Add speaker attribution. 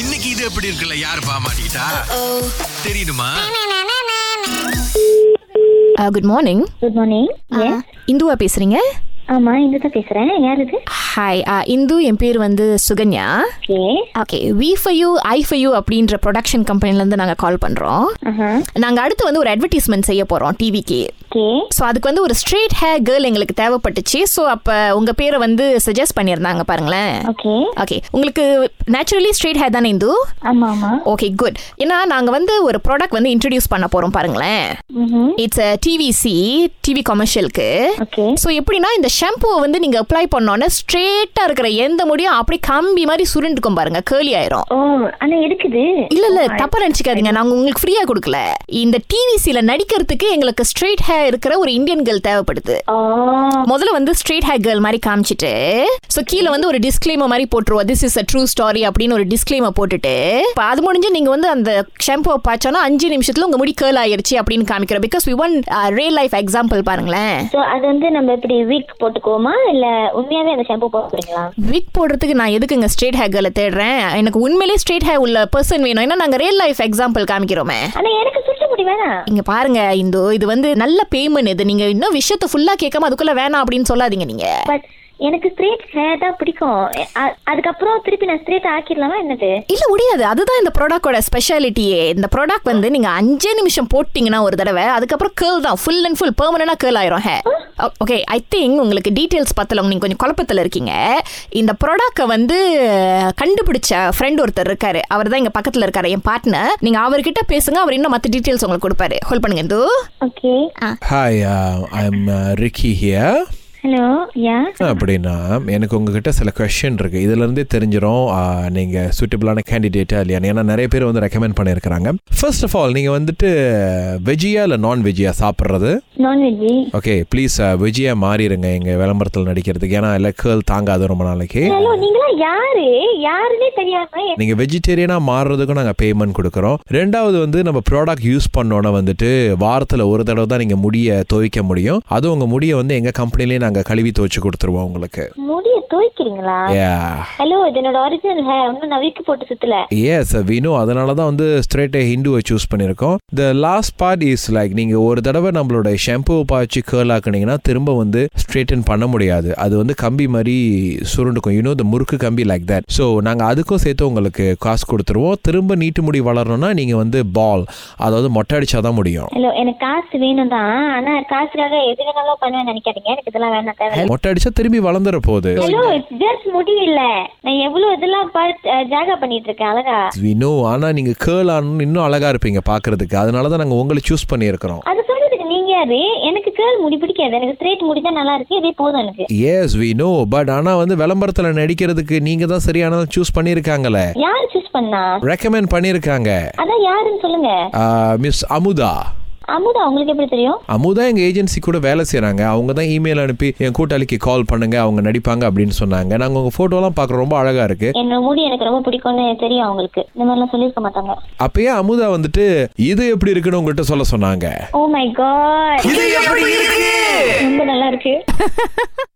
Speaker 1: இன்னைக்கு இது எப்படி இருக்குல்ல யாரு பாமாட்டா தெரியுமா
Speaker 2: குட் மார்னிங்
Speaker 3: குட் மார்னிங்
Speaker 2: இந்துவா Uh, பேசுறீங்க
Speaker 3: ஆமா இந்து தான் பேசுறேன் யார் இது
Speaker 2: ஹாய் இந்து uh, என் பேர் வந்து Sukanya
Speaker 3: okay
Speaker 2: okay V for you I for you அப்படின்ற ப்ரொடக்ஷன் கம்பெனிலேருந்து நாங்கள் கால் பண்ணுறோம் நாங்கள் அடுத்து வந்து ஒரு அட்வர்டைஸ்மெண்ட் செய்ய போகிறோம் டிவிக்கு
Speaker 3: ஓகே
Speaker 2: ஸோ அதுக்கு வந்து ஒரு ஸ்ட்ரெயிட் ஹேர் கேர்ள் எங்களுக்கு தேவைப்பட்டுச்சு ஸோ அப்போ உங்கள் பேரை வந்து சஜஸ்ட் பண்ணியிருந்தாங்க பாருங்களேன்
Speaker 3: ஓகே
Speaker 2: ஓகே உங்களுக்கு நேச்சுரலி ஸ்ட்ரெயிட் ஹேர் தானே இந்து
Speaker 3: ஆமா ஆமா
Speaker 2: ஓகே குட் ஏன்னா நாங்கள் வந்து ஒரு ப்ராடக்ட் வந்து இன்ட்ரடியூஸ் பண்ண போகிறோம் பாருங்களேன் இட்ஸ் டிவிசி டிவி கமர்ஷியலுக்கு
Speaker 3: ஓகே
Speaker 2: ஸோ எப்படின்னா இந்த ஷாம்புவை வந்து நீங்கள் அப்ளை பண்ணோன்னே ஸ்ட்ரெயிட்டாக இருக்கிற எந்த முடியும் அப்படியே கம்பி மாதிரி சுருண்டுக்கும் பாருங்க கேர்லி ஆயிரும்
Speaker 3: ஓ ஆனா இருக்குது
Speaker 2: இல்ல இல்ல தப்பா நினைச்சுக்காதீங்க நாங்க உங்களுக்கு ஃப்ரீயா கொடுக்கல இந்த டிவிசில நடிக்கிறதுக்கு எங்களுக்கு ஸ்ட்ரெயிட் ஹேர் இருக்கிற ஒரு இந்தியன் கேர்ள் தேவைப்படுது
Speaker 3: ஓ Oh.
Speaker 2: முதல்ல வந்து ஸ்ட்ரெயிட் ஹேர் கேர்ள் மாதிரி காமிச்சிட்டு ஸோ கீழே வந்து ஒரு டிஸ்க்ளைமர் மாதிரி போட்டுருவோம் this is a true story அப்படின்னு ஒரு டிஸ்க்ளைமர் போட்டுட்டு இப்ப அது முடிஞ்சு நீங்க வந்து அந்த ஷாம்புவை பாய்ச்சோன்னா அஞ்சு நிமிஷத்துல உங்க முடி கேர்ள் ஆயிருச்சு அப்படின்னு காமிக்கிறோம் because we want real life example பாருங்களேன்
Speaker 3: சோ அது வந்து நம்ம இப்படி வீக் போட்டுக்குவோமா இல்ல உண்மையாவே அந்த ஷாம்பு போட்டுக்கிறீங்களா
Speaker 2: விக் போடுறதுக்கு நான் எதுக்குங்க ஸ்ட்ரெயிட் ஹேர் கேர்ல தேடுறேன் எனக்கு உண்மையிலே ஸ்ட்ரெயிட் ஹேர் உள்ள பர்சன் வேணும் ஏன்னா நாங்க ரியல் லைஃப் எக்ஸாம்பிள் காமிக்கிறோமே
Speaker 3: ஆனா எனக்கு சுருட்ட முடி வேணாம்
Speaker 2: இங்க பாருங்க இந்து இது வந்து நல்ல பேமெண்ட் இது நீங்க இன்னும் விஷயத்தை ஃபுல்லா கேட்காம அதுக்குள்ள வேணாம் அப்படின்னு சொல்லாதீங்க நீங்க
Speaker 3: பட் எனக்கு ஸ்ட்ரேட் ஹேர் தான் பிடிக்கும் அ- அதுக்கப்புறம் திருப்பி நான் ஸ்ட்ரேட் ஆக்கிடலாமா என்னது
Speaker 2: இல்ல முடியாது அதுதான் இந்த ப்ராடக்டோட ஸ்பெஷாலிட்டியே இந்த ப்ராடக்ட் வந்து நீங்க அஞ்சே நிமிஷம் போட்டீங்கன்னா ஒரு தடவை அதுக்கப்புறம் கேர்ள் தான் ஃபுல் அண்ட் ஃபுல் பெர்மனண்டா கேர்ள் ஆயிரும் ஹே ஓகே ஐ திங்க் உங்களுக்கு டீடைல்ஸ் பத்தல நீங்க கொஞ்சம் குழப்பத்துல இருக்கீங்க இந்த ப்ராடக்ட்டை வந்து கண்டுபிடிச்ச ஃப்ரெண்ட் ஒருத்தர் இருக்காரு அவர் தான் இங்க பக்கத்துல இருக்காரு என் பார்ட்னர் நீங்க அவர்கிட்ட பேசுங்க அவர் இன்னும் மத்த டீடைல்ஸ் உங்களுக்கு கொடுப்பாரு ஹோல்ட் பண்ணுங்க Hindu
Speaker 3: okay
Speaker 4: hi I'm Ricky here
Speaker 3: hello yeah
Speaker 4: uh, அப்படின்னா எனக்கு உங்ககிட்ட சில கொஷின் இருக்கு இதுலேருந்தே தெரிஞ்சிடும் uh, நீங்க சூட்டபிளான கேண்டிடேட்டா இல்லையான்னு ஏன்னா நிறைய பேர் வந்து ரெக்கமெண்ட் பண்ணியிருக்கிறாங்க ஃபர்ஸ்ட் ஆஃப் ஆல் நீங்க வந்துட்டு வெஜியா இல்லை நான் வெஜியா சாப்பிட்றது
Speaker 3: நான்வெஜ்
Speaker 4: ஓகே ப்ளீஸ் வெஜியா மாறிடுங்க எங்க விளம்பரத்தில் நடிக்கிறதுக்கு ஏன்னா இல்லை கேர்ள் தாங்காது ரொம்ப நாளைக்கு
Speaker 3: ஹலோ நீங்களா யாரு யாருன்னே தெரியாம
Speaker 4: நீங்கள் வெஜிடேரியனாக மாறுறதுக்கும் நாங்கள் பேமெண்ட் கொடுக்குறோம் ரெண்டாவது வந்து நம்ம ப்ராடக்ட் யூஸ் பண்ணோன்னே வந்துட்டு வாரத்தில் ஒரு தடவை தான் நீங்கள் முடியை துவைக்க முடியும் அதுவும் உங்கள் முடியை வந்து எங்கள் கம்பெனிலேயே நாங்கள் கழுவி துவைச்சு கொடுத்துருவோம் உங்களுக்கு
Speaker 3: முடிய துவைக்கிறீங்களா
Speaker 4: யா
Speaker 3: ஹலோ இது என்னோட ஒரிஜினல் ஹேர் ஒன்றும் நான் வீக்கு போட்டு சுத்தல
Speaker 4: எஸ் வினு uh, அதனால தான் வந்து ஸ்ட்ரெயிட்டே ஹிந்துவை சூஸ் பண்ணியிருக்கோம் the last part is like நீங்கள் ஒரு தடவை நம்மளோட ஷாம்புவை பாய்ச்சி கேர்ள் ஆக்குனீங்கன்னா திரும்ப வந்து ஸ்ட்ரெயிட்டன் பண்ண முடியாது அது வந்து கம்பி மாதிரி சுருண்டுக்கும் யூனோ த முறுக்கு கம்பி லைக் தட் ஸோ நாங்கள் அதுக்கும் சேர்த்து உங்களுக்கு காசு கொடுத்துருவோம் திரும்ப நீட்டு முடி வளரணும்னா நீங்கள் வந்து பால் அதாவது மொட்டை அடிச்சா தான் முடியும்
Speaker 3: ஹலோ எனக்கு காசு வேணும் தான் ஆனா காசுக்காக எது வேணாலும் பண்ணுவேன் நினைக்காதீங்க எனக்கு இதெல்லாம் வேணாம் தேவை
Speaker 4: மொட்டை அடிச்சா திரும்பி வளர்ந்துற போகுது
Speaker 3: ஹலோ இட்ஸ் ஜஸ்ட் முடியல நான் எவ்வளவு இதெல்லாம் பார்த்து அஹ், ஜாகா பண்ணிட்டு இருக்கேன் அழகா
Speaker 4: வினு ஆனால் நீங்கள் கேர்ள் ஆனணும் இன்னும் அழகாக இருப்பீங்க பார்க்கறதுக்கு அதனால தான் நாங்கள் உங்களை சூஸ் பண்ணியிருக்கிறோம்
Speaker 3: அது சொல்றதுக்கு நீங்க யாரு எனக்கு கேர்ள் முடி பிடிக்காது எனக்கு ஸ்ட்ரெயிட் முடி தான் நல்லா இருக்கு இதே போதும் எனக்கு
Speaker 4: எஸ் வி நோ பட் ஆனால் வந்து விளம்பரத்தில் நடிக்கிறதுக்கு நீங்கள் தான் சரியானதை சூஸ் பண்ணியிருக்காங்களே
Speaker 3: யார் சூஸ் பண்ணா
Speaker 4: ரெக்கமெண்ட் பண்ணியிருக்காங்க
Speaker 3: அதான் யாருன்னு சொல்லுங்க
Speaker 4: மிஸ் அமுதா
Speaker 3: அமுதா உங்களுக்கு எப்படி தெரியும்
Speaker 4: அமுதா எங்கள் ஏஜென்சி கூட வேலை செய்கிறாங்க அவங்க தான் இமெயில் அனுப்பி என் கூட்டாளிக்கு கால் பண்ணுங்க அவங்க நடிப்பாங்க அப்படின்னு சொன்னாங்க நாங்கள் உங்கள் ஃபோட்டோலாம் பார்க்க ரொம்ப அழகாக இருக்கு
Speaker 3: என்னோட முடி எனக்கு ரொம்ப பிடிக்கும்னு தெரியும் அவங்களுக்கு இந்த மாதிரிலாம் சொல்லியிருக்க மாட்டாங்க
Speaker 4: அப்பயே அமுதா வந்துட்டு இது எப்படி இருக்குன்னு உங்கள்கிட்ட சொல்ல
Speaker 3: Oh
Speaker 4: சொன்னாங்க
Speaker 3: ஓ மை காட்
Speaker 1: இது எப்படி இருக்கு
Speaker 3: ரொம்ப நல்லா இருக்கு